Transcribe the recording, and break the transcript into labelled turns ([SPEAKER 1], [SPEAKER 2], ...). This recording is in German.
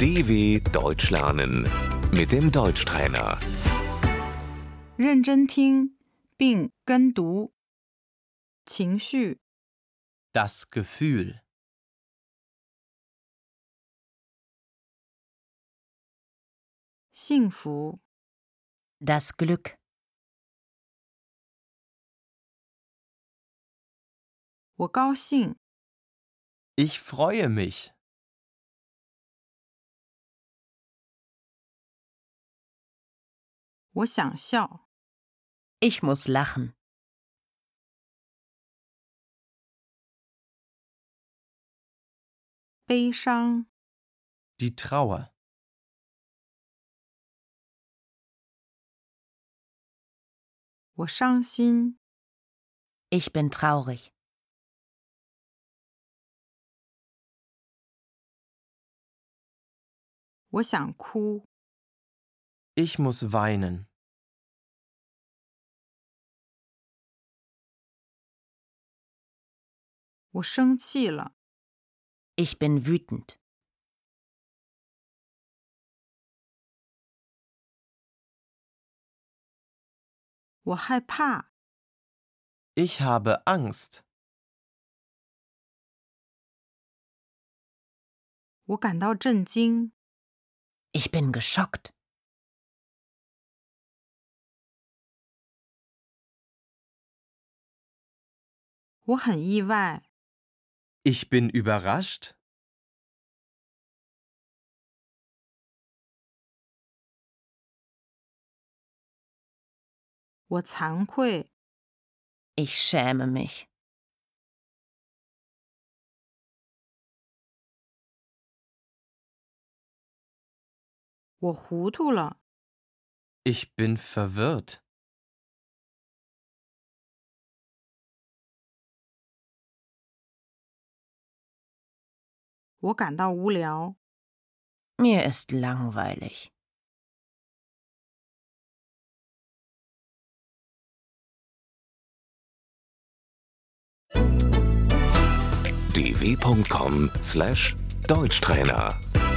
[SPEAKER 1] DW Deutsch lernen mit dem Deutschtrainer.
[SPEAKER 2] 认真听并跟读。情绪、
[SPEAKER 3] Das Gefühl.
[SPEAKER 2] 幸福、
[SPEAKER 4] Das Glück,
[SPEAKER 2] 我高兴、
[SPEAKER 3] Ich freue mich.
[SPEAKER 2] 我想笑、
[SPEAKER 4] ich muss lachen,
[SPEAKER 2] 悲伤、
[SPEAKER 3] Die Trauer.
[SPEAKER 2] 我伤心、
[SPEAKER 4] ich bin traurig,
[SPEAKER 2] 我想哭、
[SPEAKER 3] Ich muss weinen.
[SPEAKER 2] 我生气了、
[SPEAKER 4] ich bin wütend,
[SPEAKER 2] 我害怕、
[SPEAKER 3] Ich habe Angst.
[SPEAKER 2] 我感到震惊、
[SPEAKER 4] ich bin geschockt,
[SPEAKER 2] 我很意外、
[SPEAKER 3] Ich bin überrascht.
[SPEAKER 2] 我惭愧、
[SPEAKER 4] ich schäme mich,
[SPEAKER 2] 我糊涂了、
[SPEAKER 3] Ich bin verwirrt.
[SPEAKER 2] 我感到无聊、
[SPEAKER 4] mir ist langweilig.
[SPEAKER 1] dw.com/deutschtrainer